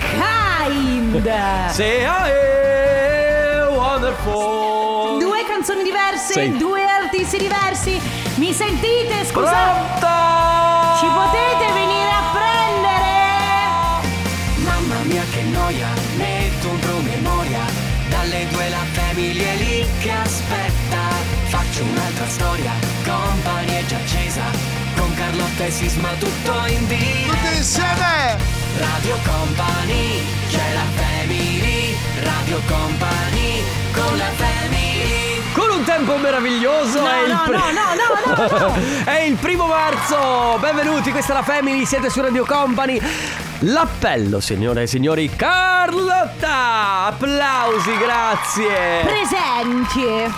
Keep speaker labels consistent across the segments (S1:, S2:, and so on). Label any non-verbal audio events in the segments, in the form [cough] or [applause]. S1: Humankind.
S2: Se è wonderful.
S1: Due canzoni diverse,
S2: Sì.
S1: due artisti diversi. Mi sentite?
S2: Ah!
S1: Scusa,
S2: Pronta!
S1: ci potete venire a prendere?
S3: Mamma mia che noia, metto un promemoria Dalle due la famiglia è lì che aspetta Faccio un'altra storia, compagnie è già accesa Con Carlotta e Sisma tutto in diretta
S4: Tutti insieme!
S3: Radio Company, c'è la family Radio Company, con la family
S2: Con un tempo meraviglioso
S1: No,
S2: è il
S1: no,
S2: pre-
S1: no,
S2: [laughs]
S1: no, no, no, no.
S2: È il primo marzo, benvenuti, questa è la Family, siete su Radio Company. L'appello, signore e signori, Carlotta! Applausi, grazie!
S1: Presenti.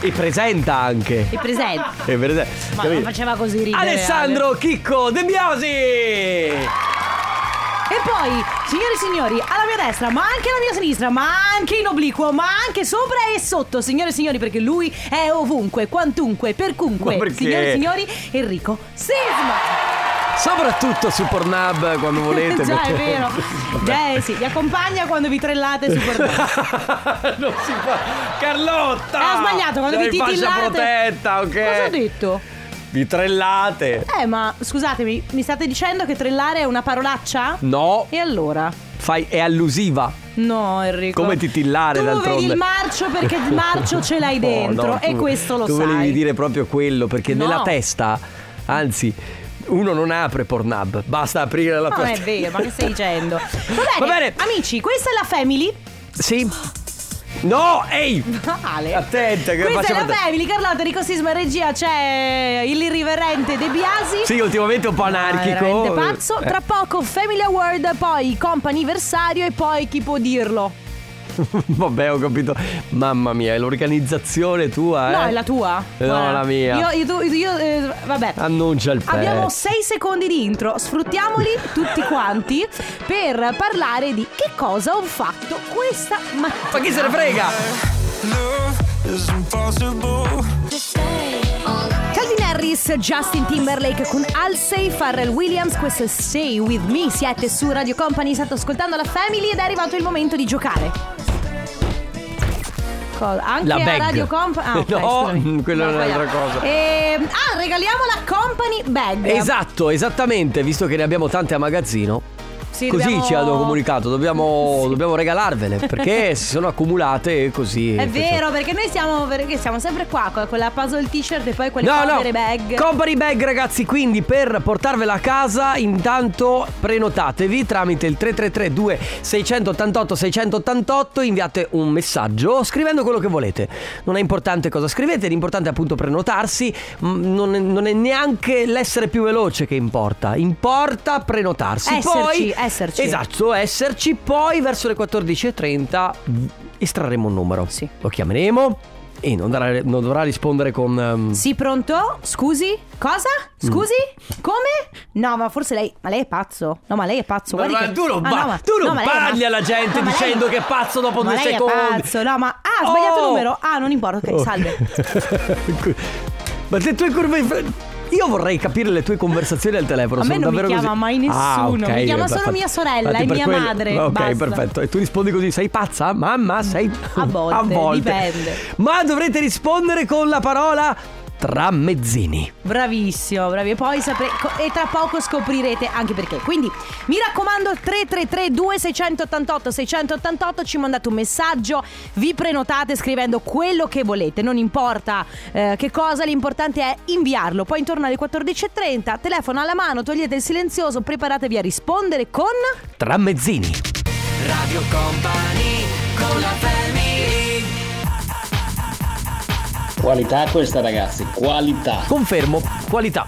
S2: E presenta anche.
S1: E presenti.
S2: E prese-
S1: Ma non eh.
S2: capito?
S1: faceva così ridere.
S2: Alessandro Chicco De Biasi!
S1: Ale. E poi, signore e signori, alla mia destra, ma anche alla mia sinistra, ma anche in obliquo, ma anche sopra e sotto, signore e signori, perché lui è ovunque, quantunque, percunque.
S2: Ma perché?
S1: Signore e signori, Enrico Sisma.
S2: Soprattutto su Pornhub quando volete.
S1: [laughs] Già, è
S2: perché-
S1: vero. Già, eh, sì, vi accompagna quando vi trellate su Pornhub.
S2: [laughs] non si fa. Carlotta!
S1: Eh, ho sbagliato, quando
S2: Sei
S1: vi
S2: in fascia
S1: titillate.
S2: protetta, ok?
S1: Cosa ho detto?
S2: Vi trellate.
S1: Eh, ma scusatemi, mi state dicendo che trellare è una parolaccia?
S2: No,
S1: E allora?
S2: fai, è allusiva.
S1: No, Enrico.
S2: Come titillare
S1: tu
S2: d'altronde.
S1: vedi il marcio perché il marcio ce l'hai dentro
S2: [laughs] Oh, No, no,
S1: e
S2: tu-
S1: questo lo
S2: tu
S1: sai.
S2: volevi dire proprio quello, perché
S1: No.
S2: nella testa, anzi, uno non apre Pornhub, basta aprire la
S1: Ma
S2: tua
S1: non è vero, ma che stai
S2: [laughs]
S1: dicendo? Va bene,
S2: Va bene.
S1: amici, questa è la family. [laughs]
S2: Sì. No, ehi!
S1: Ale.
S2: Attenta, che
S1: questa è
S2: facciamo
S1: la
S2: atten-
S1: family, Carlotta Rico Sisma regia, c'è l'irriverente De Biasi.
S2: Sì, ultimamente un po' anarchico. Eh.
S1: veramente pazzo. Tra poco Family Award, poi comp'anniversario e poi chi può dirlo?
S2: [laughs] Vabbè, ho capito. Mamma mia, è l'organizzazione tua, eh?
S1: No, è la tua.
S2: No, la mia.
S1: Io, io, io- io- eh, vabbè.
S2: Annuncia il pezzo.
S1: Abbiamo 6 secondi di intro, sfruttiamoli tutti quanti per parlare di che cosa ho fatto questa mattina.
S2: Ma chi se ne frega?
S1: Calvin Harris, Justin Timberlake con Alsey, Pharrell Williams, questo è Stay With Me, siete su Radio Company, state ascoltando la Family ed è arrivato il momento di giocare. Cosa? Anche
S2: La
S1: a
S2: bag.
S1: Radio Company? Ah, ok,
S2: [laughs] No, mm,
S1: scusami.
S2: quella
S1: No,
S2: è un'altra
S1: sbagliato.
S2: cosa.
S1: Ehm, ah, regaliamo la Company Bag.
S2: Esatto, esattamente, visto che ne abbiamo tante a magazzino.
S1: Sì,
S2: Così
S1: dobbiamo-
S2: ci hanno comunicato, dobbiamo, dobbiamo regalarvele [laughs] perché si sono accumulate e così.
S1: È vero, perché noi siamo, perché siamo sempre qua con, con la puzzle t-shirt e poi quelle
S2: No, no,
S1: povere bag.
S2: company bag ragazzi, quindi per portarvela a casa intanto prenotatevi tramite il 3332 688 688, inviate un messaggio scrivendo quello che volete. Non è importante cosa scrivete, l'importante è appunto prenotarsi, Mm, non è, non è neanche l'essere più veloce che importa, importa prenotarsi.
S1: Esserci,
S2: poi,
S1: esserci.
S2: Esatto, esserci, poi verso le 14.30 estrarremo un numero.
S1: Sì.
S2: Lo chiameremo. E non, darà- non dovrà rispondere con... ehm,
S1: Sì, pronto? Scusi? Cosa? Scusi?
S2: Mm.
S1: Come? No, ma forse lei. Ma lei è pazzo? No, ma lei è pazzo.
S2: Ma,
S1: guardi
S2: ma
S1: che-
S2: tu non,
S1: Ah,
S2: pa-
S1: no, ma-
S2: tu non
S1: no, ma lei è
S2: parli
S1: pazzo.
S2: alla gente
S1: No, ma lei-
S2: dicendo che è pazzo dopo
S1: ma
S2: due
S1: lei è
S2: secondi.
S1: pazzo, no, ma. Ah, ho sbagliato
S2: Oh!
S1: numero. Ah, non importa. Ok, salve.
S2: [laughs] ma le tue curve. infra- Io vorrei capire le tue conversazioni al telefono.
S1: A me
S2: sono
S1: non mi
S2: davvero
S1: chiama
S2: così-
S1: mai nessuno,
S2: Ah, ok,
S1: mi chiama
S2: eh,
S1: solo
S2: infatti-
S1: mia sorella
S2: infatti
S1: e
S2: per
S1: mia madre,
S2: Ok,
S1: basta. Mm.
S2: perfetto. E tu rispondi così: sei pazza? Mamma, sei.
S1: A volte, dipende.
S2: Ma dovrete rispondere con la parola tramezzini.
S1: Bravissimo, bravi. E poi sapre- co- e tra poco scoprirete anche perché. Quindi mi raccomando 333 2688 688 ci mandate un messaggio, vi prenotate scrivendo quello che volete, non importa eh, che cosa, l'importante è inviarlo. Poi intorno alle 14:30, telefono alla mano, togliete il silenzioso, preparatevi a rispondere con
S2: Tramezzini.
S3: Radio Company, con la family
S5: Qualità questa ragazzi, qualità.
S2: Confermo, qualità.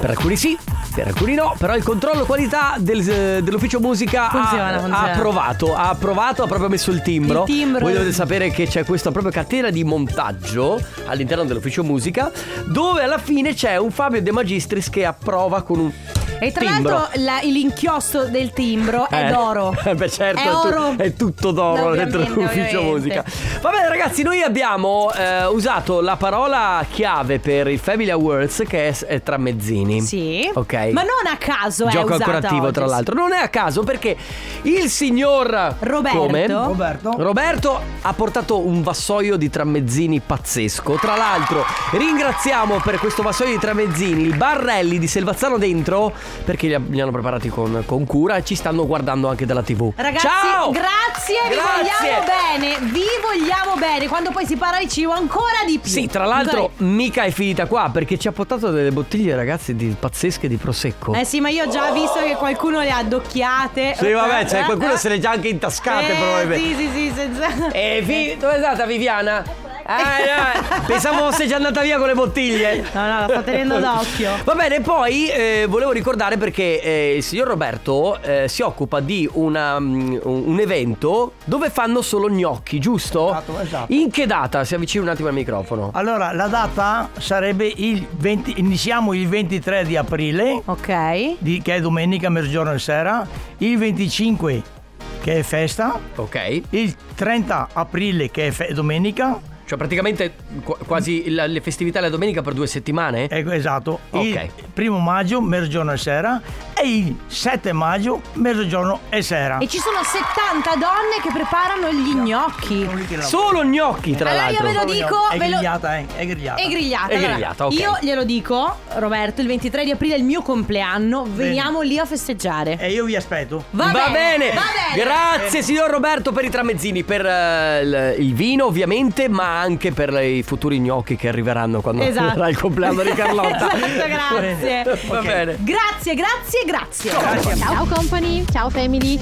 S2: Per alcuni sì, per alcuni no, però il controllo qualità del- eh, dell'ufficio musica
S1: Funziona,
S2: ha,
S1: funziona.
S2: ha approvato, ha approvato, ha proprio messo il timbro.
S1: Il timbro.
S2: Voi dovete sapere che c'è questa proprio catena di montaggio all'interno dell'ufficio musica dove alla fine c'è un Fabio De Magistris che approva con un...
S1: E tra
S2: Timbro.
S1: l'altro la- l'inchiostro del timbro è
S2: Eh.
S1: d'oro.
S2: Eh, [laughs] Beh, certo,
S1: è
S2: tu-
S1: oro.
S2: è tutto d'oro
S1: Ovviamente,
S2: dentro l'ufficio
S1: ovviamente.
S2: musica. Va bene, ragazzi, noi abbiamo eh, usato la parola chiave per il Family Awards che è, è tramezzini.
S1: Sì.
S2: Ok.
S1: Ma non a caso è
S2: Gioco
S1: usata
S2: accorativo,
S1: oggi.
S2: tra l'altro. Non è a caso perché il signor
S1: Roberto.
S2: come?
S4: Roberto.
S2: Roberto ha portato un vassoio di tramezzini pazzesco. Tra l'altro, ringraziamo per questo vassoio di tramezzini il Barrelli di Selvazzano Dentro perché li, ha- li hanno preparati con, con cura e ci stanno guardando anche dalla TV.
S1: Ragazzi,
S2: Ciao!
S1: grazie, vi
S2: Grazie!
S1: vogliamo bene, vi vogliamo bene. Quando poi si parla di cibo ancora di più.
S2: Sì, tra l'altro, mica è finita qua perché ci ha portato delle bottiglie, ragazzi, di, pazzesche di prosecco.
S1: Eh sì, ma io ho già visto che qualcuno le ha addocchiate.
S2: Sì, vabbè, cioè,
S1: Eh,
S2: qualcuno
S1: eh.
S2: se le ha già anche intascate,
S1: Eh,
S2: probabilmente.
S1: Sì, sì, sì, senza...
S2: E Eh, vi- dove è andata Viviana?
S4: Ecco, [laughs]
S2: Ah, no. Pensavo fosse già andata via con le bottiglie.
S1: No, no, la sto tenendo d'occhio.
S2: Va bene, poi eh, volevo ricordare perché eh, il signor Roberto eh, si occupa di una, mm, un un evento dove fanno solo gnocchi, giusto?
S4: Esatto, esatto.
S2: In che data? Si avvicina un attimo al microfono.
S4: Allora, la data sarebbe il 20, iniziamo il 23 di aprile,
S1: Ok.
S4: di- che è domenica, mezzogiorno e sera, il 25 che è festa,
S2: Ok.
S4: il 30 aprile che è fe- domenica,
S2: Cioè praticamente qu- quasi la- le festività la domenica per due settimane?
S4: ecco esatto,
S2: Ok.
S4: il primo maggio, mezzogiorno e sera, e il 7 maggio, mezzogiorno e sera.
S1: E ci sono 70 donne che preparano gli gnocchi.
S2: Solo gnocchi,
S4: Eh,
S2: tra
S1: Allora io
S2: l'altro.
S1: ve lo dico,
S4: È
S1: ve lo-
S4: grigliata, eh, è grigliata.
S1: E grigliata.
S2: E
S1: Allora,
S2: grigliata, ok.
S1: Io glielo dico, Roberto, il 23 di aprile è il mio compleanno, veniamo lì a festeggiare.
S4: E io vi aspetto.
S1: Va, bene, va bene.
S2: Grazie signor Roberto per i tramezzini, per eh, il- il vino ovviamente, ma anche per i futuri gnocchi che arriveranno quando
S1: Esatto.
S2: arriverà il compleanno di Carlotta.
S1: [laughs] Esatto,
S2: [laughs]
S1: grazie.
S2: Va bene.
S1: Grazie, grazie, grazie.
S6: Ciao company, ciao family.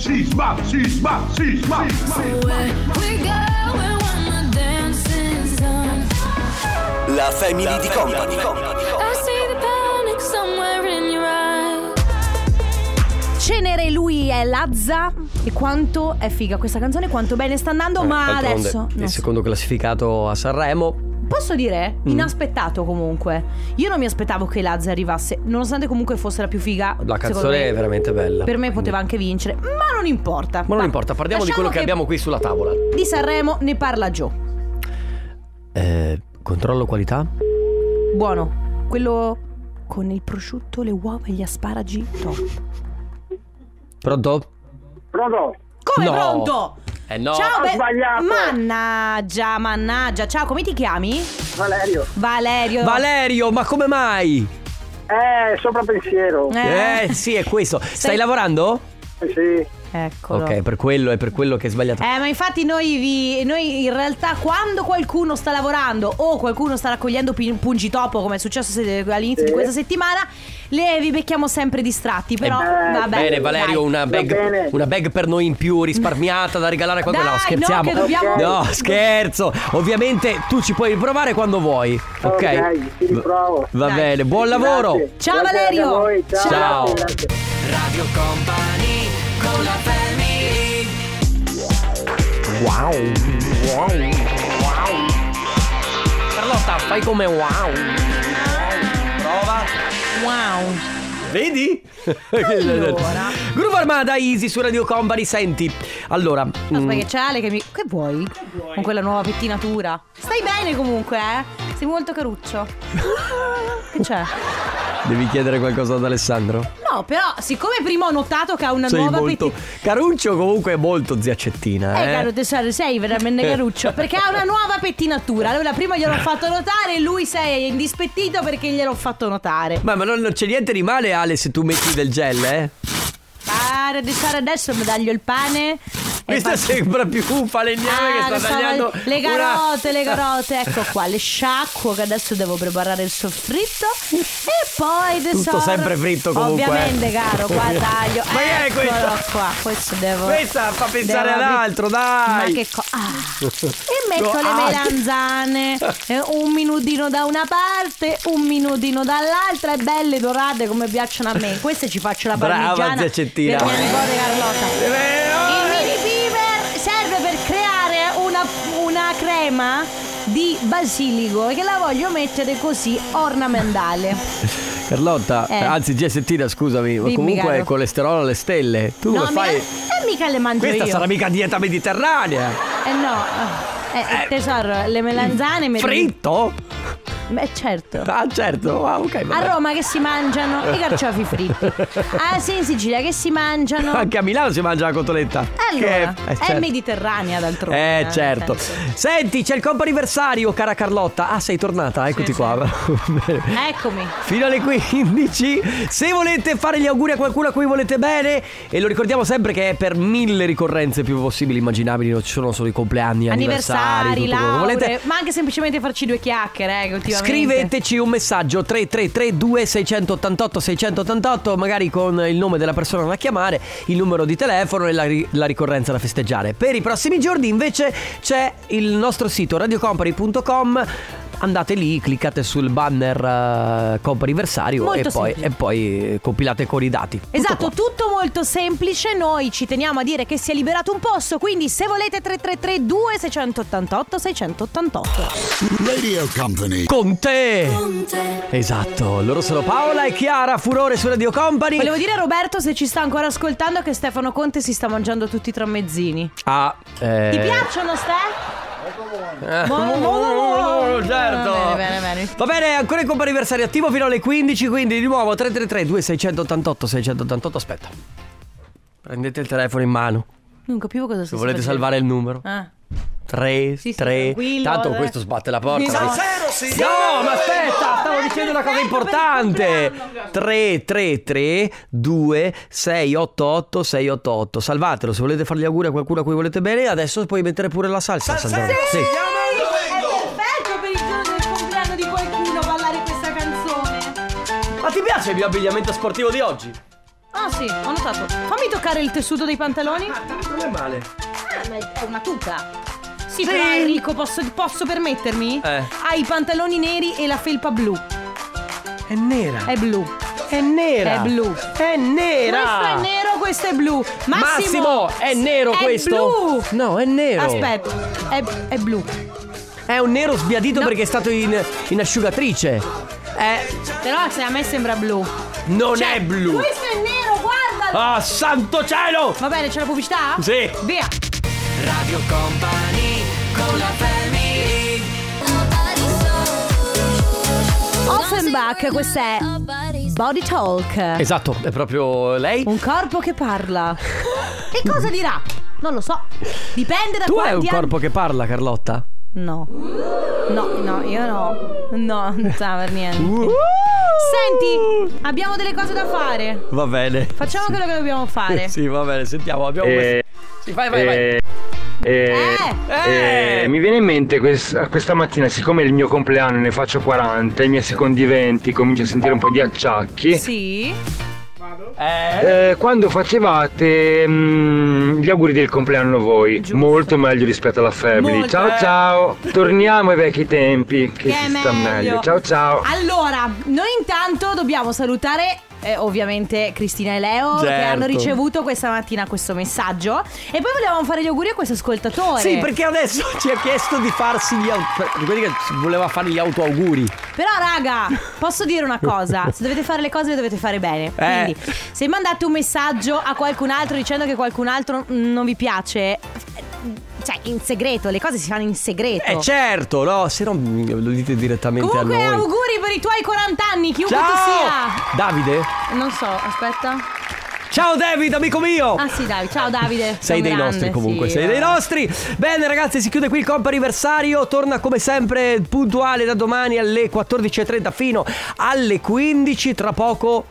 S7: La family di company.
S1: Cenere lui è Lazza e quanto è figa questa canzone, quanto bene sta andando, ma
S2: Eh, D'altronde,
S1: adesso
S2: Il
S1: non so.
S2: secondo classificato a Sanremo.
S1: Posso dire?
S2: Mm.
S1: Inaspettato comunque. Io non mi aspettavo che Lazza arrivasse, nonostante comunque fosse la più figa.
S2: La
S1: secondo
S2: canzone
S1: me.
S2: è veramente bella.
S1: Per me poteva anche vincere, ma non importa.
S2: Ma non importa, parliamo di
S1: lasciamo
S2: quello che... abbiamo qui sulla tavola.
S1: Di Sanremo ne parla Gio.
S2: Eh, controllo qualità?
S1: Buono. Quello con il prosciutto, le uova e gli asparagi. Top.
S2: Pronto?
S8: Pronto?
S1: Come
S2: No.
S1: pronto?
S2: Eh no.
S1: Ciao,
S8: Ho
S1: be-
S8: sbagliato.
S1: Mannaggia, mannaggia. Ciao, come ti chiami?
S8: Valerio.
S1: Valerio.
S2: Valerio, ma come mai?
S8: Eh, sopra pensiero.
S1: Eh,
S2: Eh, sì, è questo. Stai lavorando?
S8: Eh, Sì.
S1: Eccolo.
S2: Ok, per quello è per quello che hai sbagliato.
S1: Eh, ma infatti noi, vi, noi in realtà quando qualcuno sta lavorando o qualcuno sta raccogliendo pi- pungitopo come è successo se- all'inizio di questa settimana, le, vi becchiamo sempre distratti, però
S8: Eh,
S1: vabbè.
S2: Bene Valerio,
S1: dai.
S2: una bag,
S8: bene.
S2: una bag per noi in più risparmiata da regalare a qualcuno.
S1: Dai,
S2: no, scherziamo.
S1: no, che dobbiamo-
S2: No, scherzo. Ovviamente tu ci puoi riprovare quando vuoi. Ok.
S8: Ok, ci riprovo.
S2: Va
S1: Dai.
S2: bene, buon lavoro.
S8: Grazie.
S1: Ciao,
S8: Grazie
S1: Valerio.
S8: anche a voi. Ciao.
S2: Ciao.
S8: Grazie, grazie.
S2: Carlotta, fai come wow. Prova.
S1: Wow.
S2: [laughs] Vedi?
S1: Allora.
S2: Groove Armada Easy su Radio Company, senti. Allora, mm,
S1: Aspetta che c'è Ale che mi... Che vuoi? Con quella nuova pettinatura. Stai bene comunque, eh? Sei molto
S2: [laughs]
S1: caruccio. che c'è?
S2: devi chiedere qualcosa ad Alessandro.
S1: No, però, siccome prima ho notato che ha una
S2: Sei
S1: nuova
S2: molto
S1: pettinatura...
S2: Caruccio comunque è molto zia Cettina,
S1: Eh,
S2: eh.
S1: caro tesoro, sei veramente caruccio Perché ha una nuova pettinatura Allora prima gliel'ho fatto notare e lui si è indispettito perché gliel'ho fatto notare
S2: Ma, ma non, non c'è niente di male, Ale, se tu metti del gel, eh?
S1: Caro tesoro, adesso mi taglio il pane e
S2: Questa
S1: faccio-
S2: sembra più un falegname
S1: Ah,
S2: che
S1: lo
S2: sta
S1: so,
S2: tagliando.
S1: le
S2: una-
S1: carote, le carote, ecco qua, le sciacquo che adesso devo preparare il soffritto e poi tesoro
S2: Tutto sempre fritto comunque,
S1: Ovviamente,
S2: eh.
S1: caro, qua taglio.
S2: Ma che è
S1: Eccolo
S2: questo?
S1: qua, questo devo
S2: Questa fa pensare
S1: devo abbi-
S2: all'altro, dai.
S1: Ma che co-
S2: [laughs]
S1: ah. E metto
S2: No,
S1: le
S2: ah.
S1: melanzane, eh, un minutino da una parte, un minutino dall'altra e belle dorate come piacciono a me. Queste ci faccio la
S2: Brava,
S1: parmigiana
S2: zia Cettina.
S1: per mia nipote Carlotta.
S2: Eh, oh,
S1: Il mini piper serve per creare una, una crema di basilico che la voglio mettere così ornamentale.
S2: Carlotta,
S1: Eh.
S2: anzi Gessettina, scusami, ma
S1: Dimmi,
S2: comunque
S1: caro.
S2: è colesterolo alle stelle. Tu
S1: no,
S2: lo fai?
S1: mica, eh, mica le mangio
S2: Questa
S1: io.
S2: sarà mica dieta mediterranea.
S1: Eh no. Eh, eh, tesoro, le melanzane me le-
S2: Fritto?
S1: Beh, certo.
S2: Ah, certo. Ah, ok.
S1: A
S2: vabbè.
S1: Roma che si mangiano i carciofi fritti. Ah, sì, in Sicilia che si mangiano.
S2: Anche a Milano si mangia la cotoletta.
S1: Allora,
S2: Che-
S1: è
S2: Ah, eh, certo.
S1: mediterranea d'altronde.
S2: Eh
S1: nel
S2: certo
S1: senso.
S2: Senti c'è il comp'anniversario cara Carlotta Ah sei tornata eccoti qua [laughs]
S1: Eccomi.
S2: Fino alle 15 Se volete fare gli auguri a qualcuno a cui volete bene E lo ricordiamo sempre che è per mille ricorrenze più possibili immaginabili Non ci sono solo i compleanni, anniversari,
S1: Anniversari,
S2: tutto quello che
S1: lauree,
S2: volete
S1: ma anche semplicemente farci due chiacchiere, eh, continuamente.
S2: Scriveteci un messaggio 3332 688 688 Magari con il nome della persona da chiamare Il numero di telefono e la, ri- la ricorrenza da festeggiare Per i prossimi giorni invece c'è il nostro sito radiocompany.com Andate lì, cliccate sul banner uh, Companiversario e
S1: Molto
S2: poi,
S1: semplice.
S2: e poi eh, compilate con i dati Tutto
S1: Esatto,
S2: qua.
S1: tutto molto semplice, noi ci teniamo a dire che si è liberato un posto, quindi se volete 333 2688 688.
S2: Con te Esatto, loro sono Paola e Chiara Furore su Radio Company
S1: Volevo dire a Roberto se ci sta ancora ascoltando che Stefano Conte si sta mangiando tutti i tramezzini.
S2: Ah, eh...
S1: Ti piacciono Ste?
S2: Eh.
S1: Buono, buono, buono.
S2: Certo.
S1: Bene, bene, bene.
S2: Va bene, ancora il compa anniversario attivo fino alle 15, quindi di nuovo 333 2688 688, aspetta. Prendete il telefono in mano,
S1: Non capivo cosa
S2: se
S1: si
S2: volete
S1: faceva.
S2: salvare il numero.
S1: Ah.
S2: 3
S1: Sì, sì,
S2: 3
S1: tranquillo,
S2: Tanto
S1: eh.
S2: questo sbatte la porta.
S1: Esatto.
S2: così. No, ma aspetta, stavo dicendo una cosa importante. 333 2688 688. Salvatelo se volete fare gli auguri a qualcuno a cui volete bene, adesso puoi mettere pure la salsa, Sandra. Sì.
S1: Perfetto per il giorno del compleanno di qualcuno ballare questa canzone.
S2: Ma ti piace il mio abbigliamento sportivo di oggi?
S1: Ah sì, ho notato. Fammi toccare il tessuto dei pantaloni.
S2: Non è male.
S1: Ah, ma è una tuta. Sì,
S2: Sì.
S1: però Enrico, posso, posso permettermi?
S2: Eh.
S1: Ha i pantaloni neri e la felpa blu.
S2: È nera.
S1: È blu.
S2: È nera.
S1: È blu.
S2: È nera.
S1: Questo è nero, questo è blu. Massimo,
S2: Massimo, è nero questo?
S1: È blu.
S2: No, è nero.
S1: Aspetta, è, è blu.
S2: È un nero sbiadito
S1: No.
S2: perché è stato in, in asciugatrice. Eh,
S1: Però se a me sembra blu. Cioè,
S2: non è blu.
S1: Questo è nero, guardalo.
S2: Ah, santo cielo!
S1: Va bene, c'è la pubblicità?
S2: Sì.
S1: Via.
S3: Radio Company con la family
S1: Offenbach, questo è Body Talk.
S2: Esatto, è proprio lei.
S1: Un corpo che parla. Che cosa dirà? Non lo so. Dipende da
S2: Tu
S1: quanti
S2: hai un
S1: anni-
S2: corpo che parla, Carlotta?
S1: No. No, no, io no. No, [laughs] non sa per niente.
S2: Uh.
S1: Senti, abbiamo delle cose da fare.
S2: Va bene.
S1: Facciamo quello che dobbiamo fare.
S2: Sì, va bene, sentiamo. Abbiamo
S9: Eh,
S2: questo- Sì, vai, vai, vai.
S9: Eh, eh,
S1: Eh,
S9: eh, mi viene in mente questa, questa mattina, siccome è il mio compleanno, ne faccio 40, i miei secondi 20, comincio a sentire un po' di acciacchi.
S1: sì.
S9: Eh, quando facevate mm, gli auguri del compleanno voi, molto meglio rispetto alla family.
S1: Molto,
S9: Ciao
S1: eh.
S9: ciao, torniamo ai vecchi tempi, che,
S1: Che è
S9: si sta meglio. Ciao ciao.
S1: Allora, noi intanto dobbiamo salutare eh, ovviamente Cristina e Leo che
S2: Certo.
S1: hanno ricevuto questa mattina questo messaggio e poi volevamo fare gli auguri a questo ascoltatore.
S2: Sì, perché adesso ci ha chiesto di farsi gli auto. di quelli che voleva fare gli autoauguri.
S1: Però raga,
S2: [laughs]
S1: posso dire una cosa, se dovete fare le cose le dovete fare bene.
S2: Eh.
S1: Quindi, se mandate un messaggio a qualcun altro dicendo che qualcun altro mm, non vi piace, cioè in segreto, le cose si fanno in segreto.
S2: Eh certo, no, se no mm, lo dite direttamente
S1: Ecco. Comunque
S2: a noi.
S1: auguri per i tuoi 40 anni, chiunque
S2: Ciao!
S1: tu
S2: Davide?
S1: sia. Non so, aspetta.
S2: Ciao David, amico mio!
S1: Ah sì, Davide. Ciao Davide.
S2: Sei
S1: Sono
S2: dei
S1: grande,
S2: nostri comunque,
S1: sì,
S2: sei
S1: vabbè.
S2: dei nostri. Bene ragazzi, si chiude qui il comp anniversario, torna come sempre puntuale da domani alle 14.30 fino alle 15, tra poco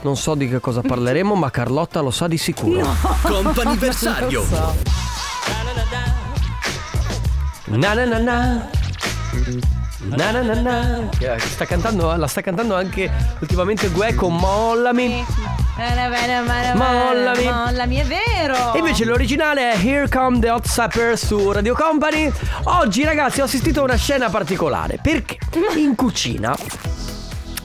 S2: non so di
S1: [laughs]
S2: che cosa parleremo, ma Carlotta lo sa di sicuro.
S7: Comp'anniversario.
S2: Na na na na. Na na na na. Eh, Sta cantando, la sta cantando anche ultimamente Gue con Mollami.
S1: Bene, bene, bene, bene.
S2: Mollami.
S1: Mollami, è vero.
S2: E invece l'originale è Here Come the Hot Supper su Radio Company.
S1: [laughs]
S2: Oggi ragazzi ho assistito a una scena particolare perché in cucina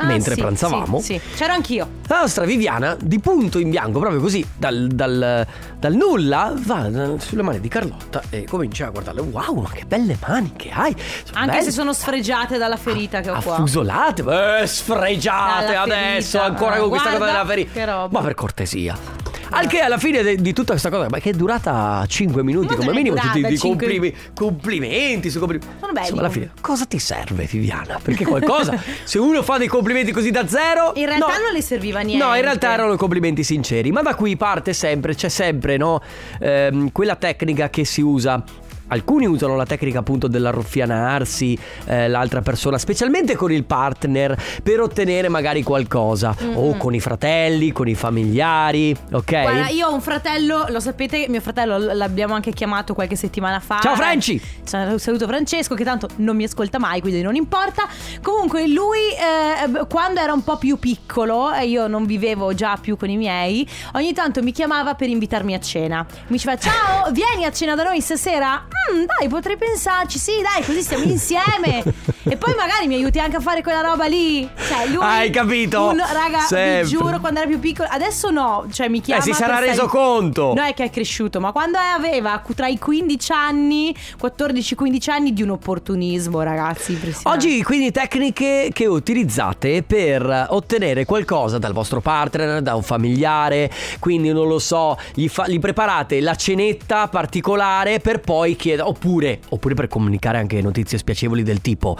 S1: Ah,
S2: mentre
S1: sì,
S2: pranzavamo.
S1: Sì, sì. c'ero anch'io.
S2: La nostra Viviana, di punto in bianco, proprio così, dal, dal- dal nulla, va eh, sulle mani di Carlotta e comincia a guardarle. Wow, ma che belle mani che hai! Sono
S1: Anche
S2: belle.
S1: se sono sfregiate dalla ferita
S2: Ah,
S1: che ho qua.
S2: Affusolate, eh, sfregiate
S1: Dalla
S2: adesso,
S1: ferita.
S2: ancora con questa cosa
S1: Guarda,
S2: della ferita.
S1: che roba.
S2: Ma per cortesia. Anche alla fine de- di tutta questa cosa, ma che è durata 5 minuti
S1: Ma
S2: come
S1: non è
S2: minimo, ti- ti,
S1: durata
S2: ti
S1: cinque-
S2: complimi- complimenti su complimenti.
S1: Sono belli
S2: Insomma, alla fine, cosa ti serve, Viviana? Perché
S1: [laughs]
S2: qualcosa, se uno fa dei complimenti così da zero.
S1: In realtà
S2: no.
S1: non le serviva niente.
S2: No, in realtà erano complimenti sinceri, ma da qui parte sempre, c'è sempre, no? ehm, quella tecnica che si usa. Alcuni usano la tecnica appunto dell'arruffianarsi eh, l'altra persona, specialmente con il partner, per ottenere magari qualcosa. O con i fratelli, con i familiari, ok?
S1: Guarda, io ho un fratello, lo sapete, mio fratello l- l'abbiamo anche chiamato qualche settimana fa.
S2: Ciao, Franci!
S1: Ciao, saluto Francesco che tanto non mi ascolta mai, quindi non importa. Comunque lui eh, b- quando era un po' più piccolo e io non vivevo già più con i miei, ogni tanto mi chiamava per invitarmi a cena. Mi diceva
S2: [laughs]
S1: "Ciao, vieni a cena da noi stasera?" "Mm, dai, potrei pensarci. Sì, dai, così stiamo
S2: [laughs]
S1: insieme." e poi magari mi aiuti anche a fare quella roba lì. Cioè, lui
S2: Hai capito?
S1: Un, raga,
S2: Sempre.
S1: vi giuro quando era più piccolo, adesso no, cioè mi chiama
S2: Eh, si sarà
S1: per
S2: reso
S1: stare-
S2: conto.
S1: No, è che è cresciuto, ma quando aveva cu- tra i 15 anni, 14-15 anni di un opportunismo, ragazzi, impressionante.
S2: Oggi quindi tecniche che utilizzate per ottenere qualcosa dal vostro partner, da un familiare, quindi non lo so, gli, fa- gli preparate la cenetta particolare per poi chiedere, oppure, oppure per comunicare anche notizie spiacevoli del tipo,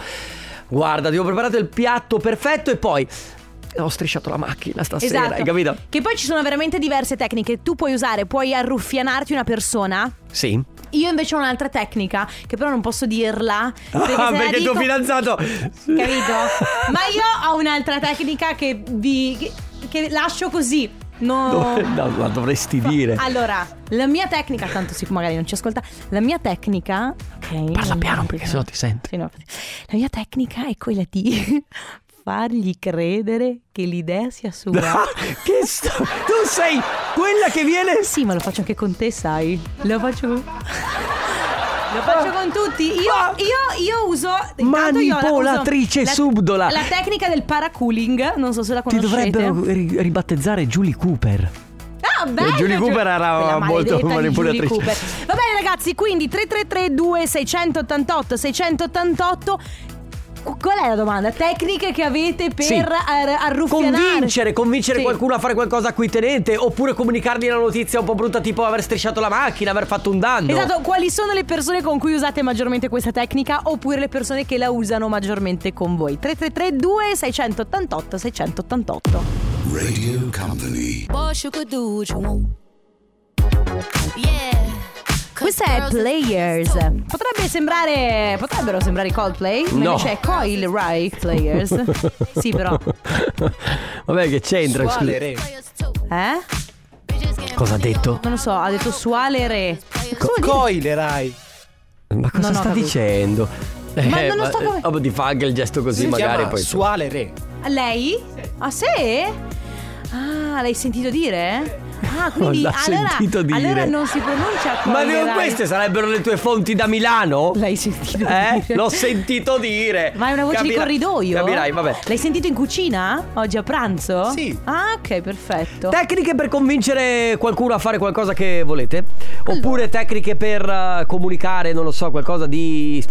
S2: guarda ti ho preparato il piatto perfetto e poi ho strisciato la macchina stasera,
S1: Esatto.
S2: hai capito?
S1: Che poi ci sono veramente diverse tecniche. Tu puoi usare, puoi arruffianarti una persona.
S2: Sì.
S1: Io invece ho un'altra tecnica, che però non posso dirla.
S2: [laughs]
S1: Perché,
S2: Ah,
S1: se la
S2: perché il tuo
S1: dico- [laughs]
S2: fidanzato...
S1: Capito?
S2: [laughs]
S1: Ma io ho un'altra tecnica che vi. che, che lascio così. No.
S2: No, la dovresti dire.
S1: [laughs] Allora, la mia tecnica, tanto sì, magari non ci ascolta, la mia tecnica... ok?
S2: Parla piano, perché sennò ti sente.
S1: Sì, no, infatti. la mia tecnica è quella di [laughs] fargli credere che l'idea sia sua.
S2: [laughs] che sto... Tu sei quella che viene
S1: sì, ma lo faccio anche con te, sai? Lo faccio... Lo faccio con tutti. Io,
S2: Ma-
S1: io, io uso. intanto io la uso-
S2: Manipolatrice
S1: la-
S2: subdola.
S1: La tecnica del paracooling. Non so se la
S2: Ti
S1: conoscete.
S2: dovrebbero ri- ribattezzare Julie Cooper.
S1: Ah, bello,
S2: Eh, Julie Cooper era
S1: Quella
S2: molto
S1: maledetta di
S2: manipolatrice.
S1: Julie Cooper. Va bene, ragazzi, quindi 3332 688 688 Qual è la domanda? Tecniche che avete per
S2: Sì.
S1: ar- arruffianare
S2: Convincere, convincere
S1: Sì.
S2: qualcuno a fare qualcosa a cui tenete, oppure comunicargli una notizia un po' brutta, tipo aver strisciato la macchina, aver fatto un danno.
S1: Esatto, quali sono le persone con cui usate maggiormente questa tecnica oppure le persone che la usano maggiormente con voi? 3332 688 688
S7: Radio Company.
S1: Questa è Players. Potrebbe sembrare. Potrebbero sembrare i Coldplay, ma
S2: No.
S1: invece è Coil Right
S2: [laughs]
S1: Players. sì, però.
S2: [laughs] Vabbè, che c'entra? scusa.
S1: Eh?
S2: Cosa ha detto?
S1: Non lo so, ha detto suale re.
S2: Coilerai. Ma cosa
S1: Non ho
S2: sta
S1: capito.
S2: diciendo?
S1: Ma non lo sto capendo.
S2: oh, ti fa anche il gesto così, magari. Poi
S10: Suale re.
S1: Lei? Ah, sì? Ah, l'hai sentito dire?
S2: [laughs]
S1: Ah, quindi
S2: l'ha
S1: allora,
S2: sentito dire.
S1: allora non si pronuncia
S2: Ma
S1: Coil Rai.
S2: queste sarebbero le tue fonti da Milano?
S1: [laughs] L'hai sentito
S2: Eh?
S1: [laughs] dire?
S2: L'ho sentito dire.
S1: Ma è una voce di
S2: Capirai-
S1: corridoio?
S2: Capirai, vabbè.
S1: L'hai sentito in cucina? Oggi a pranzo?
S10: Sì.
S1: Ah, ok, perfetto.
S2: Tecniche per convincere qualcuno a fare qualcosa che volete? Oppure tecniche per eh, comunicare, non lo so, qualcosa di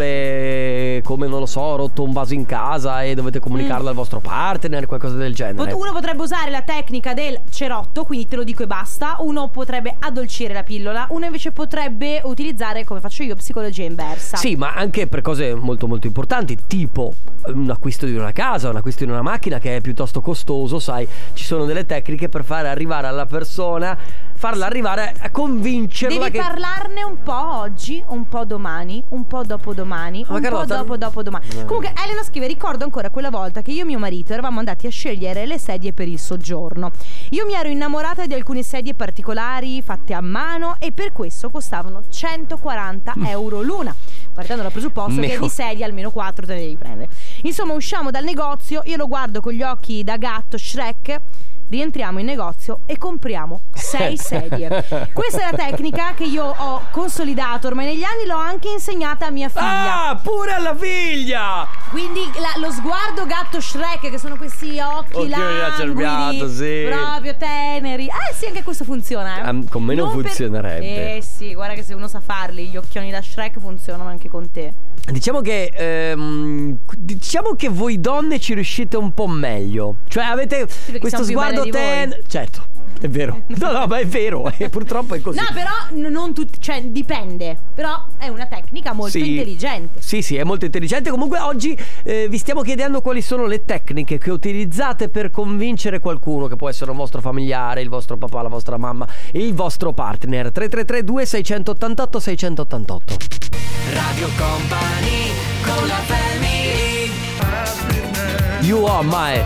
S2: spiacevole, come non lo so, rotto un vaso in casa e dovete comunicarlo
S1: Mm.
S2: al vostro partner, qualcosa del
S1: Pot-
S2: genere.
S1: Uno potrebbe usare la tecnica del cerotto, quindi te lo dico e basta. Uno potrebbe addolcire la pillola. Uno invece potrebbe utilizzare, come faccio io, psicologia inversa.
S2: Sì, ma anche per cose molto molto importanti, tipo eh, un acquisto di una casa, un acquisto di una macchina che è piuttosto costoso, sai, ci sono delle tecniche per far arrivare alla persona, farla arrivare a convincerla
S1: Devi
S2: Certo, che
S1: parlarne un po' oggi, un po' domani, un po' dopodomani,
S2: Ma
S1: un
S2: Carlotta-
S1: po' dopo dopodomani.
S2: Eh.
S1: Comunque Elena scrive: Ricordo ancora quella volta che io e mio marito eravamo andati a scegliere le sedie per il soggiorno. Io mi ero innamorata di alcune sedie particolari fatte a mano e per questo costavano 140
S2: Mm.
S1: euro l'una. Partendo dal presupposto che
S2: Meo.
S1: di sedie almeno 4 te ne devi prendere. Insomma, usciamo dal negozio, io lo guardo con gli occhi da gatto Shrek rientriamo in negozio e compriamo sei sedie. Questa è la tecnica che io ho consolidato ormai negli anni, l'ho anche insegnata a mia figlia.
S2: Ah, pure alla figlia!
S1: Quindi la- lo sguardo gatto Shrek, che sono questi occhi
S2: Occhio acerbiato,
S1: languidi,
S2: sì.
S1: proprio teneri. Eh sì, anche questo funziona. eh.
S2: Ehm, con me non
S1: per-
S2: funzionerebbe.
S1: Eh sì, guarda che se uno sa farli, gli occhioni da Shrek funzionano anche con te.
S2: Diciamo che ehm, diciamo che voi donne ci riuscite un po' meglio. Cioè avete
S1: perché siamo
S2: questo
S1: più
S2: sguardo
S1: belle di voi. Eh,
S2: ten- certo, è vero. No, no, ma è vero, eh, purtroppo è così.
S1: No, però n- non tutti, cioè dipende. Però è una tecnica molto
S2: Sì.
S1: intelligente.
S2: Sì, sì, è molto intelligente. Comunque oggi eh, vi stiamo chiedendo quali sono le tecniche che utilizzate per convincere qualcuno, che può essere un vostro familiare, il vostro papà, la vostra mamma, il vostro partner. 3332 688 688.
S3: Radio Company con la family
S2: You are my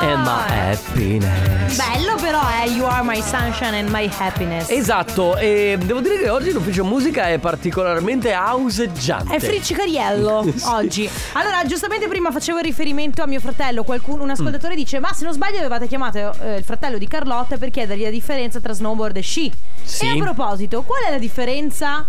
S2: and my happiness.
S1: Bello però è You Are My Sunshine and My Happiness.
S2: Esatto, e devo dire che oggi l'ufficio musica è particolarmente houseggiante.
S1: È friccicariello oggi. Allora, giustamente prima facevo riferimento a mio fratello. Qualcuno, un ascoltatore dice: Ma se non sbaglio, avevate chiamato eh, il fratello di Carlotta per chiedergli la differenza tra snowboard e sci.
S2: Sì.
S1: E a proposito, qual è la differenza?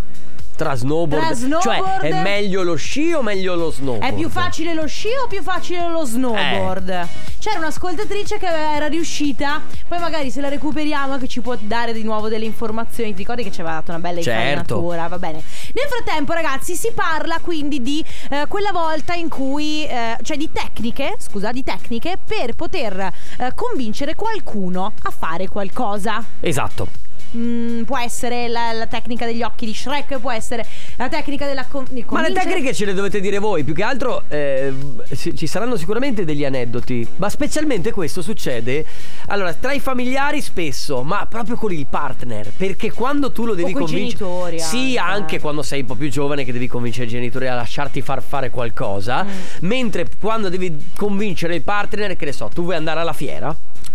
S2: Tra snowboard.
S1: Tra snowboard-
S2: Cioè, è meglio lo sci o meglio lo snowboard?
S1: È più facile lo sci o più facile lo snowboard? C'era un'ascoltatrice che era riuscita, poi magari se la recuperiamo che ci può dare di nuovo delle informazioni. Ti ricordi che ci aveva dato una bella
S2: Certo.
S1: infarinatura, va bene. Nel frattempo, ragazzi, si parla quindi di eh, quella volta in cui, eh, cioè di tecniche, scusa, di tecniche per poter eh, convincere qualcuno a fare qualcosa.
S2: Esatto.
S1: Mm, può essere la, la tecnica degli occhi di Shrek, può essere la tecnica della con- di
S2: Ma le
S1: convincere-
S2: tecniche ce le dovete dire voi, più che altro eh, si- ci saranno sicuramente degli aneddoti, ma specialmente questo succede allora, tra i familiari spesso, ma proprio con il partner, perché quando tu lo devi
S1: coi
S2: convincere...
S1: genitori
S2: Sì,
S1: anche,
S2: anche
S1: eh.
S2: quando sei un po' più giovane che devi convincere i genitori a lasciarti far fare qualcosa,
S1: Mm.
S2: mentre quando devi convincere il partner, che ne so, tu vuoi andare alla fiera.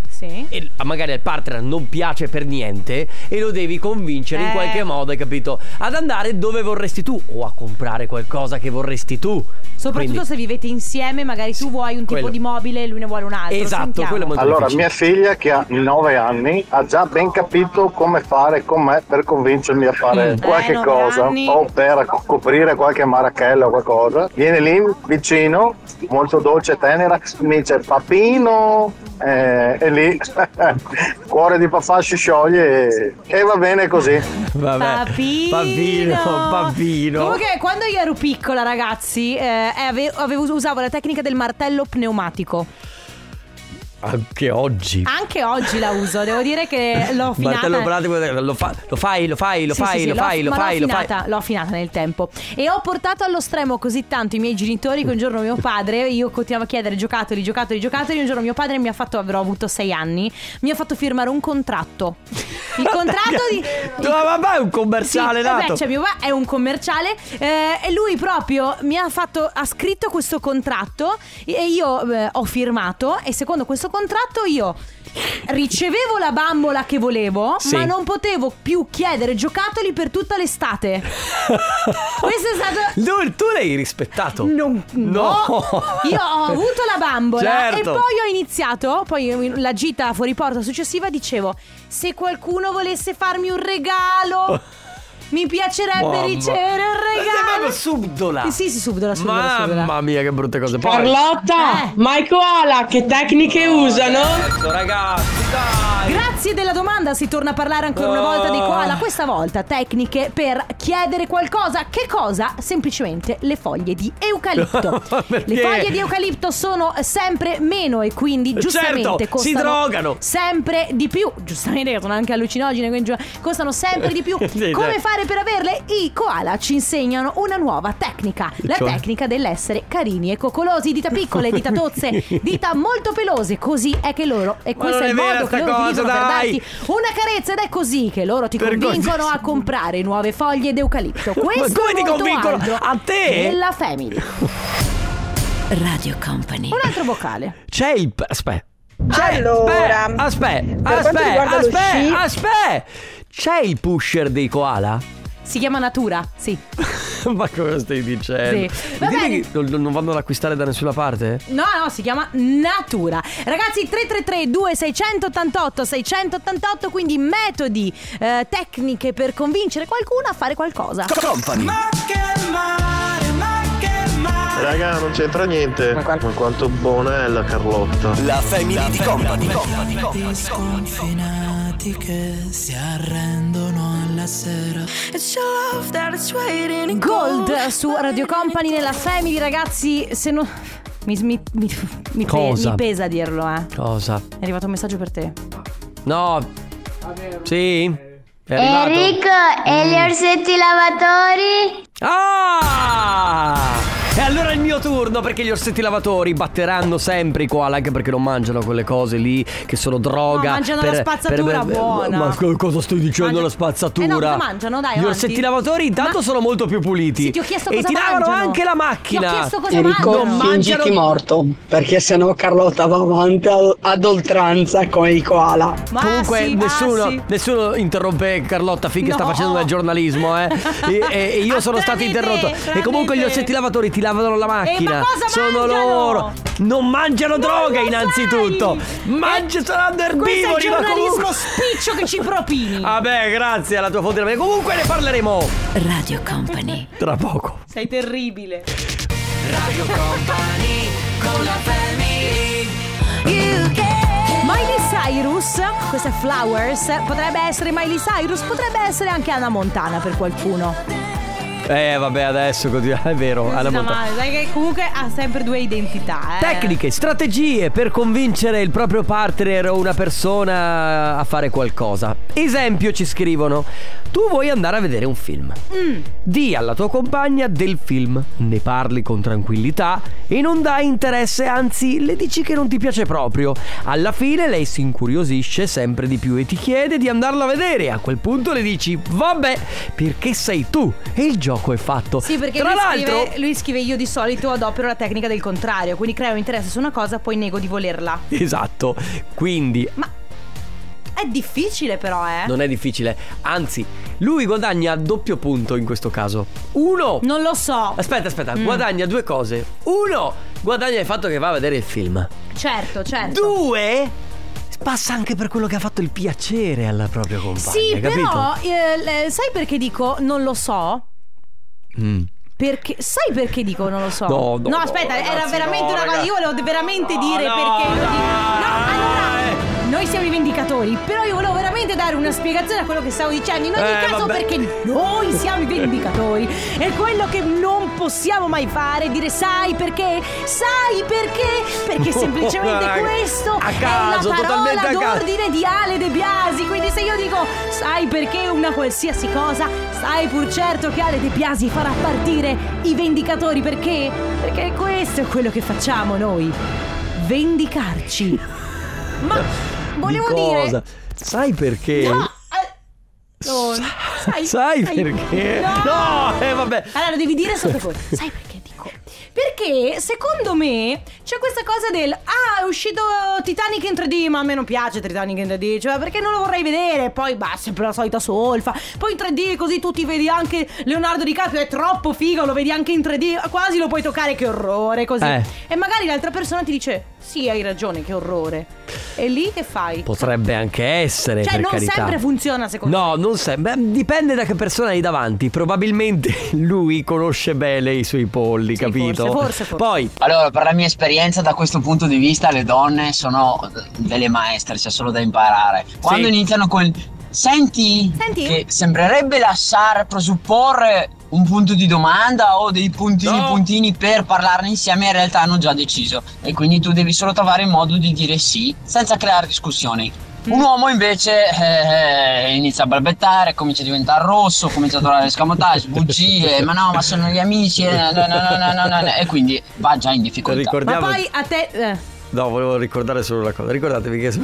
S1: Sì.
S2: E magari al partner non piace per niente e lo devi convincere in
S1: Eh.
S2: qualche modo, hai capito? Ad andare dove vorresti tu o a comprare qualcosa che vorresti tu.
S1: Soprattutto
S2: Quindi-
S1: se vivete insieme, magari tu vuoi un
S2: quello.
S1: tipo di mobile e lui ne vuole un altro.
S2: Esatto,
S1: Sentiamo.
S2: quello è molto
S10: Allora,
S2: difficile.
S10: mia figlia che ha 9 anni ha già ben capito come fare con me per convincermi a fare
S2: Mm.
S10: qualche
S1: Eh, nove
S10: cosa
S1: anni.
S10: o per co- coprire qualche marachella o qualcosa. Viene lì vicino, molto dolce e tenera, mi dice papino eh, e lì [laughs] cuore di papà si scioglie e, e va bene così.
S2: Vabbè.
S1: Papino.
S2: Papino, papino.
S1: Comunque, quando io ero piccola, ragazzi, eh, ave- avevo- usavo la tecnica del martello pneumatico.
S2: Anche oggi.
S1: Anche oggi la uso, devo dire che l'ho finata.
S2: Martello pratico, lo, fa- lo fai, lo fai, lo
S1: Sì,
S2: fai,
S1: sì, sì,
S2: lo
S1: l'ho-
S2: fai, lo
S1: ma
S2: fai,
S1: l'ho
S2: lo fai.
S1: affinata, l'ho affinata nel tempo e ho portato allo stremo così tanto i miei genitori che un giorno mio padre io continuavo a chiedere giocattoli giocattoli giocattoli un giorno mio padre mi ha fatto avrò avuto sei anni mi ha fatto firmare un contratto
S2: [laughs]
S1: il contratto di
S2: No, vabbè, è un
S1: sì,
S2: commerciale
S1: eh
S2: nato.
S1: beh, cioè mio papà è un commerciale eh, e lui proprio mi ha fatto ha scritto questo contratto e io eh, ho firmato e secondo questo contratto io ricevevo la bambola che volevo
S2: Sì.
S1: ma non potevo più chiedere giocattoli per tutta l'estate. questo è stato
S2: No, [laughs] tu l'hai rispettato.
S1: non- no. Io
S2: [laughs]
S1: ho avuto la bambola
S2: Certo.
S1: e poi ho iniziato, poi la gita fuori porta successiva dicevo se qualcuno volesse farmi un
S2: [laughs]
S1: regalo mi piacerebbe
S2: Mamma. Eh,
S1: ricevere un
S2: Sei proprio
S1: regalo.
S2: subdola.
S1: Sì, sì, subdola, subdola, subdola.
S2: Mamma mia, che brutte cose. Poi,
S11: Carlotta,
S1: Eh.
S11: ma i koala che tecniche usano?
S2: adesso, ragazzi, dai.
S1: Grazie della domanda, si torna a parlare ancora una volta di
S2: Oh.
S1: koala, questa volta tecniche per chiedere qualcosa. Che cosa? Semplicemente le foglie di
S2: [laughs]
S1: eucalipto.
S2: Perché?
S1: le foglie di eucalipto sono sempre meno e quindi giustamente
S2: Certo, si
S1: costano
S2: drogano.
S1: sempre di più. Giustamente sono anche allucinogene, quindi giu- costano sempre di più.
S2: [laughs] Sì,
S1: Come
S2: dai.
S1: fare per averle? I koala ci insegnano una nuova tecnica, la
S2: Cioè?
S1: tecnica dell'essere carini e coccolosi, dita piccole, dita
S2: [laughs]
S1: tozze, dita molto pelose, così è che loro e
S2: Ma
S1: questo
S2: non
S1: è
S2: è
S1: il
S2: vera
S1: modo
S2: sta
S1: che loro
S2: cosa,
S1: utilizzano per
S2: dai!
S1: darti una carezza ed è così che loro ti
S2: Per
S1: convincono
S2: così.
S1: a comprare nuove foglie d'eucalipto. Questo
S2: [laughs] Ma come ti
S1: e molto
S2: convincono?
S1: altro
S2: A te?
S1: Nella family.
S3: Radio Company
S1: Un altro vocale.
S2: C'è il. Aspetta.
S11: Allora,
S2: aspetta, aspetta,
S11: quanto
S2: aspetta,
S11: riguarda lo
S2: aspetta,
S11: sci-
S2: aspetta. C'è il pusher dei koala? [laughs]
S1: Si chiama Natura, sì.
S2: Ma cosa stai dicendo?
S1: Sì. Va
S2: Ma Dimmi
S1: bene.
S2: che non, non vanno ad acquistare da nessuna parte?
S1: No, no, si chiama Natura. Ragazzi, 333 2688 688, quindi metodi, eh, tecniche per convincere qualcuno a fare qualcosa.
S2: Company.
S12: Raga, non c'entra niente. Ma quanto buona è la Carlotta.
S3: La family
S12: famiglia
S3: di company.
S13: sconfinati che si arrendono alla sera.
S1: Gold su Radio Company nella Family, ragazzi, se non... Mi, mi- mi- mi pe-
S2: Cosa?
S1: mi pesa dirlo, eh.
S2: Cosa?
S1: È arrivato un messaggio per te.
S2: No. Sì? È arrivato?
S14: Enrico e gli orsetti lavatori?
S2: Ah! E allora è il mio turno perché gli orsetti lavatori batteranno sempre i koala anche perché non mangiano quelle cose lì che sono droga.
S1: No, mangiano la spazzatura buona.
S2: Ma co- cosa stai dicendo la spazzatura?
S1: Eh no, cosa mangiano? Dai,
S2: Gli
S1: avanti.
S2: orsetti lavatori intanto sono molto più puliti.
S1: Sì, ti ho chiesto
S2: e
S1: cosa
S2: ti lavano
S1: mangiano.
S2: anche
S1: Ti
S2: la
S1: ho
S2: macchina.
S1: chiesto cosa
S15: Enrico,
S1: mangiano.
S15: fingiti morto, perché sennò Carlotta va avanti a- ad oltranza con i koala.
S2: Comunque
S15: sì, ma
S2: nessuno,
S15: sì.
S2: nessuno interrompe Carlotta finché sta
S15: No.
S2: facendo del giornalismo eh. e, e- e io sono stato interrotto E comunque gli orsetti lavatori ti lavano la macchina
S3: cosa
S2: Sono
S3: mangiano?
S2: loro Non mangiano droga innanzitutto Mangiano saranno erbivori
S3: questo è il
S2: ma
S3: giornalismo
S2: comunque-
S1: spiccio
S2: [laughs]
S1: che ci propini
S2: Vabbè grazie alla tua fonte di- Comunque ne parleremo
S1: Radio Company
S2: Tra poco
S1: Sei terribile.
S3: Radio Company con la family.
S1: Miley Cyrus, questa è Flowers, potrebbe essere Miley Cyrus, potrebbe essere anche Anna Montana per qualcuno.
S2: Eh vabbè adesso continua- [laughs] È vero alla
S1: Sì, no,
S2: monta-
S1: ma sai che comunque ha sempre due identità. eh.
S2: Tecniche, strategie per convincere il proprio partner o una persona a fare qualcosa. Esempio ci scrivono, tu vuoi andare a vedere un film.
S1: Mm.
S2: Di alla tua compagna del film, ne parli con tranquillità e non dai interesse, anzi le dici che non ti piace proprio. Alla fine lei si incuriosisce sempre di più e ti chiede di andarla a vedere. A quel punto le dici, vabbè, perché sei tu e il gioco è fatto.
S1: Sì, perché
S2: Tra
S1: lui
S2: l'altro...
S1: scrive, lui scrive io di solito adopero la tecnica del contrario, quindi creo interesse su una cosa, poi nego di volerla.
S2: Esatto, quindi
S1: È difficile però, eh.
S2: Non è difficile, anzi, lui guadagna doppio punto in questo caso. Uno!
S1: Non lo so.
S2: Aspetta, aspetta,
S1: Mm.
S2: guadagna due cose. Uno, guadagna il fatto che va a vedere il film.
S1: Certo, certo.
S2: Due, passa anche per quello che ha fatto il piacere alla propria compagna.
S1: Sì,
S2: hai
S1: però
S2: capito?
S1: eh, le- sai perché dico non lo so?
S2: Mm.
S1: Perché, sai perché dico non lo so?
S2: No, no, no,
S1: aspetta, era
S2: ragazzi,
S1: veramente
S2: no,
S1: una cosa.
S2: raga. eh.
S1: Io volevo veramente dire perché lo dico. No, allora, noi siamo i vendicatori, però io volevo veramente dare una spiegazione a quello che stavo dicendo. In ogni
S3: Eh,
S1: caso,
S3: vabbè.
S1: perché noi siamo i vendicatori. E quello che non possiamo mai fare è dire sai perché? Sai perché? Perché semplicemente
S3: Oh, raga,
S1: questo
S3: a
S1: è
S3: caso,
S1: una parola
S3: totalmente a caso.
S1: d'ordine di Ale De Biasi. Quindi se io dico sai perché una qualsiasi cosa, sai pur certo che Ale De Biasi farà partire i vendicatori perché? Perché questo è quello che facciamo noi. Vendicarci. Ma volevo
S2: Di
S1: dire eh,
S2: cosa? Sai perché?
S1: No, sai,
S2: Sai perché?
S1: No!
S2: No, eh, vabbè.
S1: Allora lo devi dire
S2: [laughs]
S1: sotto voce. Sai perché dico? Perché secondo me c'è questa cosa del ah, è uscito Titanic in 3D, ma a me non piace Titanic in 3D, cioè perché non lo vorrei vedere, poi bah, sempre la solita solfa. Poi in 3D così tu ti vedi anche Leonardo DiCaprio è troppo figo, lo vedi anche in 3D, quasi lo puoi toccare, che orrore così.
S2: Eh.
S1: E magari l'altra persona ti dice "Sì, hai ragione, che orrore". E lì che fai?
S2: Potrebbe anche essere.
S1: Cioè
S2: per
S1: non
S2: carità.
S1: sempre funziona secondo me.
S2: No, non sempre. Beh, dipende da che persona hai davanti. Probabilmente [laughs] lui conosce bene i suoi polli, capito? Poi.
S16: Allora, per la mia esperienza, da questo punto di vista, le donne sono delle maestre, c'è solo da imparare. Quando iniziano con. il Senti, che sembrerebbe lasciare presupporre un punto di domanda o dei puntini puntini per parlarne insieme, in realtà hanno già deciso. E quindi tu devi solo trovare il modo di dire sì senza creare discussioni. Un uomo invece eh, inizia a balbettare, comincia a diventare rosso, comincia a trovare scamotage, bugie, ma no, ma sono gli amici, eh, no, no, no, no, no, no, no, e quindi va già in difficoltà.
S1: Ma
S2: Ricordiamo.
S1: poi a te eh.
S2: No, volevo ricordare solo una cosa. Ricordatevi che. se-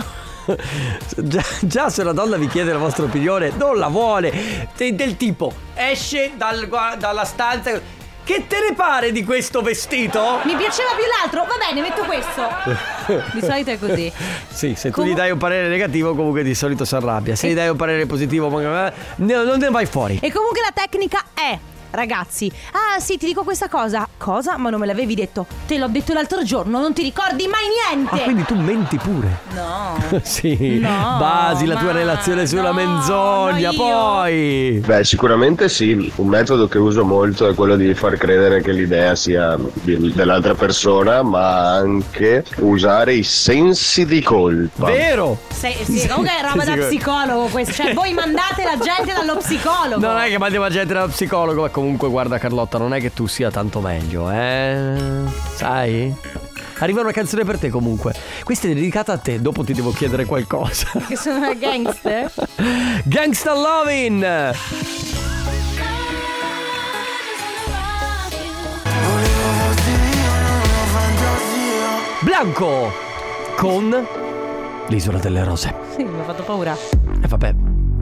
S2: [laughs] Già, già se una donna vi chiede la vostra opinione, non la vuole. Sei del tipo, esce dal gua- dalla stanza. Che te ne pare di questo vestito?
S1: Mi piaceva più l'altro, va bene, metto questo. Di solito è così.
S2: Sì, se tu gli dai un parere negativo, comunque di solito si arrabbia. Se gli dai un parere positivo, magari- no, non ne vai fuori.
S1: E comunque la tecnica è, ragazzi, ah sì, ti dico questa cosa. Cosa? Ma non me l'avevi detto. Te l'ho detto l'altro giorno, non ti ricordi mai niente.
S2: Ah, quindi tu menti pure.
S1: No.
S2: [laughs] sì.
S1: No,
S2: Basi la tua relazione sulla menzogna, poi.
S12: Beh, sicuramente sì. Un metodo che uso molto è quello di far credere che l'idea sia di- dell'altra persona, ma anche usare i sensi di colpa.
S2: Vero?
S1: Sì, sì, comunque è roba
S2: Sì,
S1: da
S2: sì,
S1: psicologo questo. Cioè, voi mandate la gente dallo psicologo.
S2: Non è che mandiamo la gente dallo psicologo, ma comunque guarda Carlotta, non è che tu sia tanto meglio, eh? Sai? Arriva una canzone per te comunque. Questa è dedicata a te, dopo ti devo chiedere qualcosa.
S1: Che sono una gangster.
S2: Gangsta Lovin! Blanco con l'isola delle rose.
S1: Sì, mi ha fatto paura.
S2: E vabbè,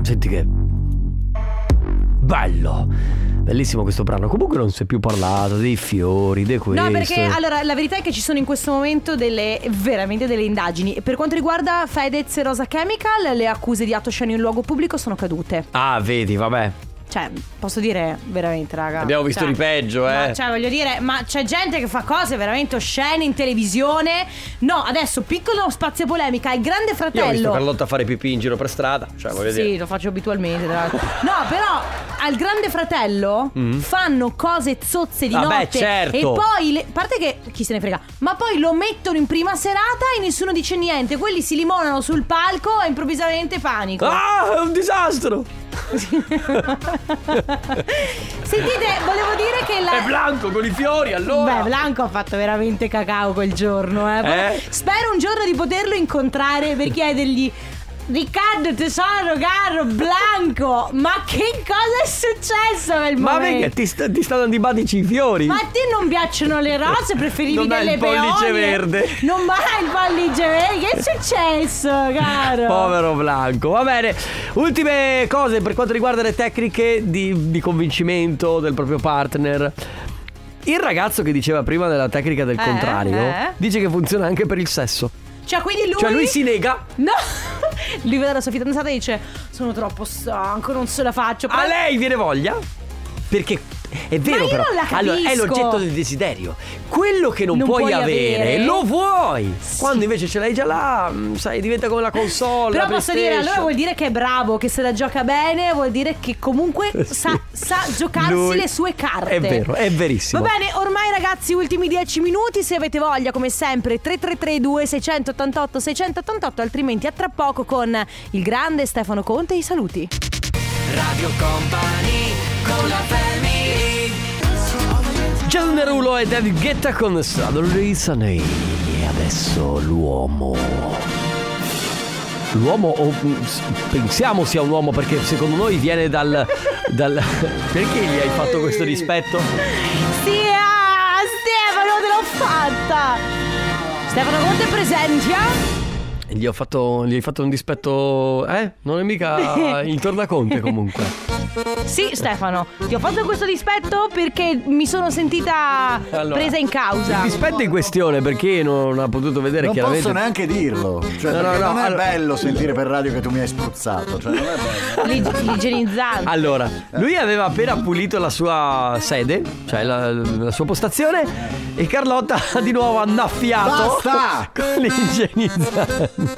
S2: senti che bello. Bellissimo questo brano. Comunque non si è più parlato dei fiori, di questo.
S1: No, perché allora la verità è che ci sono in questo momento delle veramente delle indagini. E Per quanto riguarda Fedez e Rosa Chemical, le accuse di atto sceno in luogo pubblico sono cadute.
S2: Ah, vedi, vabbè.
S1: Cioè, posso dire veramente, raga.
S2: Abbiamo visto
S1: cioè,
S2: di peggio, eh.
S1: ma, cioè, voglio dire, ma c'è gente che fa cose veramente oscene in televisione. No, adesso piccolo spazio polemica, il grande
S2: Io ho visto
S1: fratello.
S2: Carlotta fare pipì in giro per strada. Cioè, voglio
S1: Sì,
S2: dire.
S1: lo faccio abitualmente. Tra l'altro. No, però al Grande Fratello
S2: Mm.
S1: fanno cose zozze di
S2: Vabbè,
S1: notte.
S2: certo.
S1: E poi, le- a parte che chi se ne frega, ma poi lo mettono in prima serata e nessuno dice niente. Quelli si limonano sul palco e improvvisamente panico. [laughs]
S2: Ah, è un disastro!
S1: Sentite, volevo dire che la.
S2: È Blanco con i fiori, allora.
S1: Beh, Blanco ha fatto veramente cacao quel giorno. eh.
S2: Eh?
S1: Spero un giorno di poterlo incontrare per chiedergli. Riccardo, tesoro, caro, Blanco, ma che cosa è successo nel
S2: Ma
S1: momento?
S2: perché ti, sta- ti stanno antipatici i fiori?
S1: Ma a te non piacciono le rose, preferivi
S2: Non hai
S1: delle
S2: il pollice
S1: peonie?
S2: verde.
S1: Non mai il pollice verde, che è successo, caro?
S2: Povero Blanco. Va bene. Ultime cose per quanto riguarda le tecniche di, di convincimento del proprio partner. Il ragazzo che diceva prima della tecnica del
S1: Eh,
S2: contrario
S1: eh.
S2: dice che funziona anche per il sesso.
S1: Cioè, quindi lui...
S2: Cioè lui si nega
S1: No! [laughs] Lui vede la sua fidanzata e dice, sono troppo stanco, non ce la faccio.
S2: A lei viene voglia? Perché è vero
S1: io
S2: però.
S1: non la
S2: allora, è
S1: capisco.
S2: l'oggetto del desiderio. Quello che non,
S1: Non puoi
S2: avere,
S1: avere.
S2: lo vuoi. Quando invece ce l'hai già là, mm, sai, diventa come la console.
S1: Però
S2: la
S1: posso dire, allora
S2: PlayStation.
S1: vuol dire che è bravo, che se la gioca bene, vuol dire che comunque sa, sa giocarsi
S2: Eh Lui-
S1: le sue carte.
S2: È vero, è verissimo.
S1: Va bene, ormai ragazzi, ultimi 10 minuti, se avete voglia, come sempre, 3332 688 688, altrimenti a tra poco con il grande Stefano Conte i saluti.
S3: Radio Company con la family
S2: Gian Derulo e David Guetta con Saturday Sunny. E adesso l'uomo. L'uomo, o mm, s- pensiamo sia un uomo perché secondo noi viene dal.
S1: [laughs]
S2: dal perché gli hai fatto questo rispetto?
S1: Sì, ah, Stefano, te l'ho fatta! Stefano Conte eh? presentia
S2: Gli, ho fatto, gli hai fatto un dispetto. Eh? Non è mica il tornaconte comunque.
S1: Sì, Stefano, ti ho fatto questo dispetto perché mi sono sentita
S2: Allora,
S1: presa in causa.
S2: Il dispetto in questione perché non ha potuto vedere
S17: Non
S2: chiaramente.
S17: posso neanche dirlo. Cioè,
S2: No, no,
S17: perché
S2: no,
S17: non è
S2: allora-
S17: bello sentire per radio che tu mi hai spruzzato. Cioè, non è bello.
S1: Lig- Igienizzante.
S2: Allora,
S17: eh.
S2: lui aveva appena pulito la sua sede, cioè la, la sua postazione, e Carlotta [laughs] ha di nuovo annaffiato
S17: Basta!
S2: [laughs] con l'igienizzante.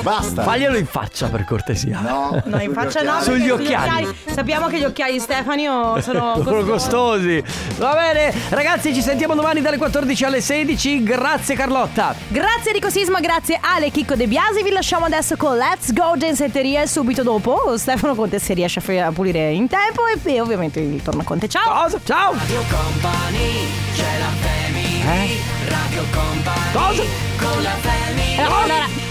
S17: Basta.
S2: Faglielo in faccia per cortesia.
S17: No,
S1: No, in faccia no. perché
S2: Sugli occhiali.
S1: Sappiamo che gli occhiali di Stefano
S2: [laughs]
S1: sono
S2: Sono
S1: costosi.
S2: costosi. Va bene, ragazzi, ci sentiamo domani dalle 14 alle 16. Grazie Carlotta.
S1: Grazie Enrico Sisma, grazie Ale Chicco De Biasi. Vi lasciamo adesso con Let's Go Gensetteria e subito dopo Stefano Conte se riesce a, fi- a pulire in tempo e, e ovviamente il torna Conte. Ciao!
S2: Ciao!
S3: Radio Company c'è la family Radio Company
S2: Cosa?
S3: con la family
S1: Eh, allora-